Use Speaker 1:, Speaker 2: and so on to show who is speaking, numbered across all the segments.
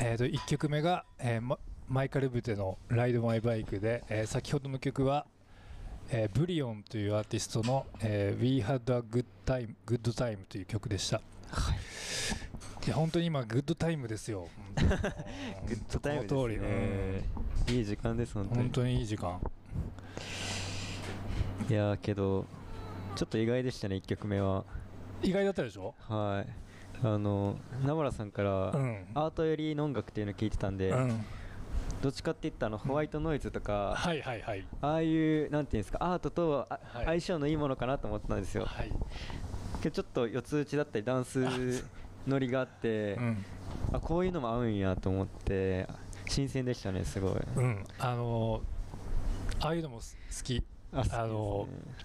Speaker 1: えーと1曲目が、えーママイカル・ブテの「ライド・マイ・バイクで」えー先ほどの曲は、えーブリオンというアーティストの「えー We Had a Good Time, Good Time」という曲でした、い、や本当に今グッドタイムですよグ
Speaker 2: グッドタイムで
Speaker 1: この
Speaker 2: す
Speaker 1: 通り
Speaker 2: ね
Speaker 1: う
Speaker 2: いい時間です本
Speaker 1: ん
Speaker 2: 当に
Speaker 1: 本当にいい時間
Speaker 2: いやーけどちょっと意外でしたね1曲目は
Speaker 1: 意外だったでしょ
Speaker 2: はいあの名村さんから、
Speaker 1: うん
Speaker 2: アートよりの音楽っていうの聞いてたんで、
Speaker 1: うん
Speaker 2: どっちかって言ったらあのホワイトノイズとか、
Speaker 1: はいはいはい
Speaker 2: ああいうなんていうんですかアートとあ
Speaker 1: はい
Speaker 2: 相性のいいものかなと思ってたんですよ、
Speaker 1: はい、
Speaker 2: けどちょっと四つ打ちだったりダンスノリがあって、
Speaker 1: うん
Speaker 2: あこういうのも合うんやと思って新鮮でしたねすごい、
Speaker 1: うん、あのーああいうのもす好き
Speaker 2: あ
Speaker 1: あの
Speaker 2: 好きで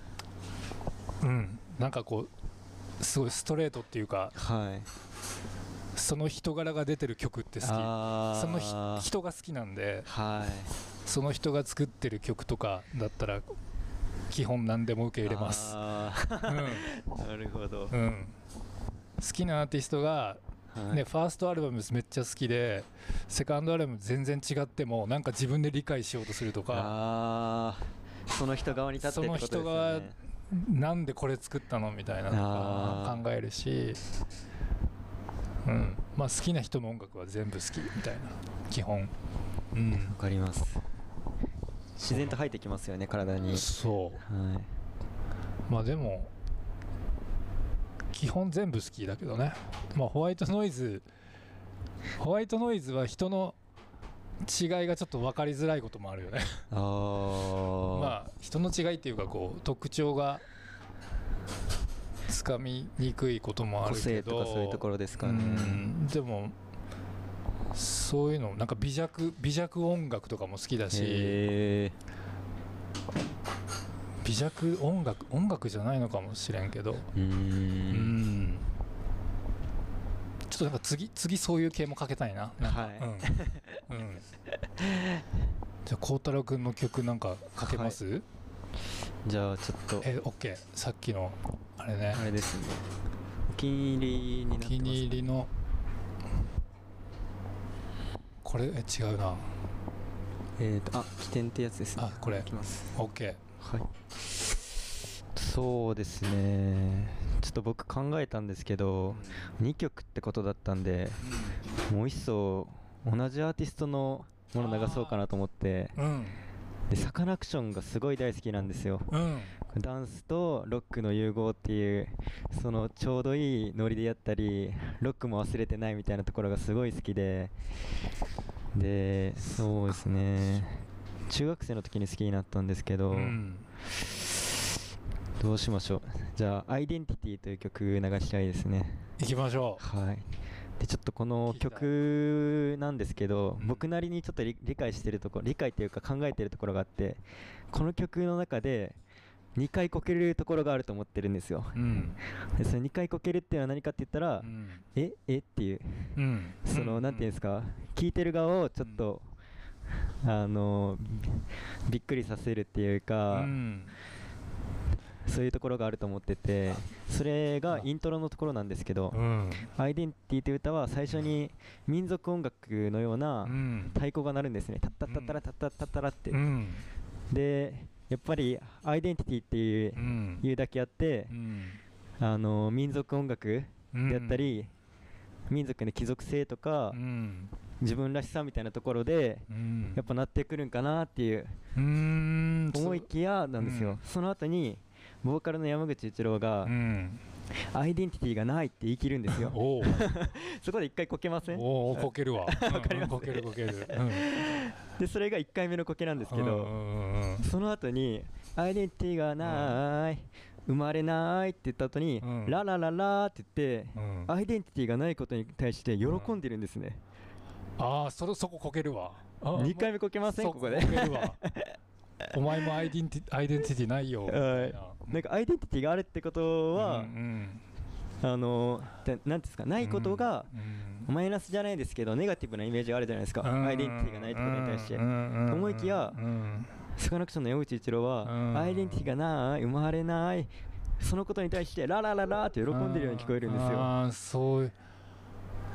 Speaker 2: すね
Speaker 1: うんなんかこうすごいストレートっていうか
Speaker 2: はい
Speaker 1: その人柄が出てる曲って好き
Speaker 2: あー
Speaker 1: そのひ人が好きなんで
Speaker 2: はい
Speaker 1: その人が作ってる曲とかだったら基本何でも受け入れます、
Speaker 2: あ
Speaker 1: う
Speaker 2: ー
Speaker 1: ん
Speaker 2: なるほど、
Speaker 1: うん、好きなアーティストが、
Speaker 2: はい
Speaker 1: ね、ファーストアルバムめっちゃ好きでセカンドアルバム全然違ってもなんか自分で理解しようとするとか
Speaker 2: あーその人側に立って
Speaker 1: そ
Speaker 2: って
Speaker 1: の
Speaker 2: ことで
Speaker 1: 人
Speaker 2: すよ
Speaker 1: が
Speaker 2: ね
Speaker 1: なんでこれ作ったのみたいなの
Speaker 2: あ
Speaker 1: と
Speaker 2: ー
Speaker 1: か考えるし、うんまあ、好きな人の音楽は全部好きみたいな基本、うん、
Speaker 2: わかります自然と入ってきますよね体に
Speaker 1: そう
Speaker 2: はい
Speaker 1: まあでも基本全部好きだけどねまあホワイトノイズホワイトノイズは人の違いがちょっと分かりづらいこともあるよね
Speaker 2: あー
Speaker 1: まあ人の違いっていうかこう特徴がつかみにくいこともある
Speaker 2: 個
Speaker 1: け
Speaker 2: 性
Speaker 1: ど
Speaker 2: とかそういうところですかね
Speaker 1: うんでもそういうのなんか微弱微弱音楽とかも好きだし
Speaker 2: へえ
Speaker 1: 微弱音楽音楽じゃないのかもしれんけど
Speaker 2: う
Speaker 1: う
Speaker 2: ーん
Speaker 1: んちょっとなんか次次そういう系もかけたいななんか
Speaker 2: は
Speaker 1: うん、うん、じゃあ孝太郎君の曲なんかかけます、
Speaker 2: いじゃあちょっと
Speaker 1: えオッケーさっきのあれ
Speaker 2: あれ
Speaker 1: ね
Speaker 2: ですねお気に入り
Speaker 1: お
Speaker 2: になってます
Speaker 1: 気に入りのこれえ違うな
Speaker 2: えっ、とあ起点ってやつですね
Speaker 1: あこれ
Speaker 2: いきます
Speaker 1: オッケ
Speaker 2: はいそうですねちょっと僕考えたんですけど2曲ってことだったんでもう一層同じアーティストのもの流そうかなと思って
Speaker 1: ーうん
Speaker 2: でサカナクションがすごい大好きなんですよ
Speaker 1: うん
Speaker 2: ダンスとロックの融合っていうそのちょうどいいノリでやったりロックも忘れてないみたいなところがすごい好きででそうですね中学生の時に好きになったんですけど、
Speaker 1: うん
Speaker 2: どうしましょう じゃあ「アイデンティティ」という曲流したいですね
Speaker 1: 行きましょ
Speaker 2: はいでちょっとこの
Speaker 1: 聞きたい
Speaker 2: 曲なんですけど
Speaker 1: うん
Speaker 2: 僕なりにちょっと理理解してるところ理解っていうか考えてるところがあってこの曲の中で2回こけるところがあると思ってるんですよ
Speaker 1: ううん
Speaker 2: でその2回こけるっていうのは何かって言ったら、
Speaker 1: うん
Speaker 2: ええっていう
Speaker 1: うん
Speaker 2: その、なんていうんですか聞いてる側をちょっと、あのびっくりさせるっていうか、
Speaker 1: うん
Speaker 2: そういうところがあると思っててそれがイントロのところなんですけど、
Speaker 1: うん
Speaker 2: アイデンティという歌は最初に民族音楽のような
Speaker 1: うん
Speaker 2: 太鼓が鳴るんですね、タッタッタッタラタッタッタッタラって、
Speaker 1: うん
Speaker 2: でやっぱりアイデンティティっていう,、
Speaker 1: うん
Speaker 2: いうだけあって、
Speaker 1: うん
Speaker 2: あの民族音楽であったり、民族の貴族性とか、
Speaker 1: うん
Speaker 2: 自分らしさみたいなところで、
Speaker 1: うん
Speaker 2: やっぱなってくるんかなっていう
Speaker 1: うーん
Speaker 2: 思いきやなんですよ、
Speaker 1: うん
Speaker 2: その後にボーカルの山口一郎が、
Speaker 1: うん
Speaker 2: アイデンティティがないって言い切るんですよ
Speaker 1: おう
Speaker 2: そこで一回こけません
Speaker 1: おおこけ るわわ
Speaker 2: かります
Speaker 1: こけるこけるうん
Speaker 2: でそれが1回目のこけなんですけ
Speaker 1: う
Speaker 2: ど、
Speaker 1: んうんうん
Speaker 2: その後に「アイデンティティがない、生まれない」って言った後に「
Speaker 1: うん
Speaker 2: ララララ」って言って、
Speaker 1: うん
Speaker 2: アイデンティティがないことに対して喜んでるんですね、
Speaker 1: ああそれそここけるわあ
Speaker 2: 二回目こけません
Speaker 1: そ
Speaker 2: ここで
Speaker 1: こけるわお前もアイデンティアイデンティティないよみたいな
Speaker 2: はいなんかアイデンティティがあるってことは、
Speaker 1: うんうん
Speaker 2: あのでなんていうんですかないことが、
Speaker 1: うん
Speaker 2: マイナスじゃないですけどネガティブなイメージがあるじゃないですか、
Speaker 1: うん
Speaker 2: アイデンティティがないってことに対して、
Speaker 1: うんうんうん
Speaker 2: 思いきや
Speaker 1: うん
Speaker 2: サカナクションの山口一郎は、
Speaker 1: うん
Speaker 2: アイデンティティがない生まれないそのことに対してララララって喜んでるように聞こえるんですよ
Speaker 1: ああそう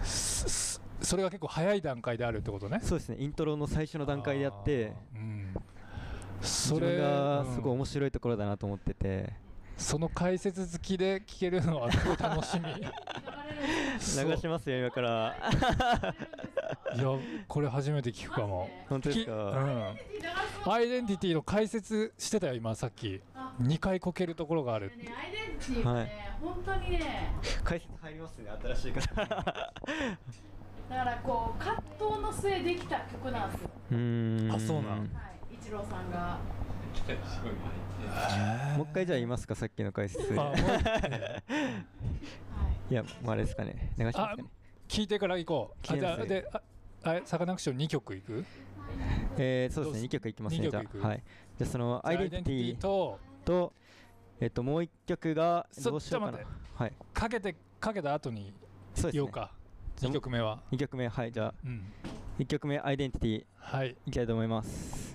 Speaker 1: すすそれが結構早い段階であるってことね
Speaker 2: そうですねイントロの最初の段階であって
Speaker 1: あーうん
Speaker 2: そ
Speaker 1: そ
Speaker 2: れ
Speaker 1: れ
Speaker 2: が
Speaker 1: うん
Speaker 2: すごい面白いところだなと思ってて、
Speaker 1: その解説付きで聞けるのはすごい楽し みそう
Speaker 2: 流しますよ今から
Speaker 1: いやこれ初めて聞くかも
Speaker 2: 本当です
Speaker 1: き
Speaker 2: か、
Speaker 1: うん、アイデンティティの解説してたよ今さっき2回こけるところがある
Speaker 3: ね、アイデンティティはね、本当にね、
Speaker 2: 解説入りますね新しい 方
Speaker 3: だからこう葛藤の末できた曲なんですよ。
Speaker 2: うーん
Speaker 1: あそうなん
Speaker 3: はい、一郎さんが。
Speaker 2: もう一回じゃあ言いますかさっきの解説
Speaker 1: あもう
Speaker 3: はい。
Speaker 2: いやもうあれですかね流しますかね
Speaker 1: 聞いてから行こう
Speaker 2: 聞
Speaker 1: あ
Speaker 2: い
Speaker 1: じ
Speaker 2: て
Speaker 1: ゃあ
Speaker 2: ます
Speaker 1: でああれサカナクション2曲いく
Speaker 2: えー、そう
Speaker 1: ど
Speaker 2: で
Speaker 1: う
Speaker 2: す
Speaker 1: す
Speaker 2: ね2曲いきますね
Speaker 1: 二
Speaker 2: じゃ
Speaker 1: 曲いく
Speaker 2: あはいじゃあそのアイデンティティ
Speaker 1: と
Speaker 2: とえっともう1曲が
Speaker 1: そ
Speaker 2: どうしようかな
Speaker 1: ちょっと
Speaker 2: はい
Speaker 1: かけてかけた後に
Speaker 2: そうです
Speaker 1: 言おう
Speaker 2: ね
Speaker 1: か、2曲目は、
Speaker 2: 2曲目はいじゃあ
Speaker 1: うん、
Speaker 2: 1曲目アイデンティティ
Speaker 1: はい
Speaker 2: いきたいと思います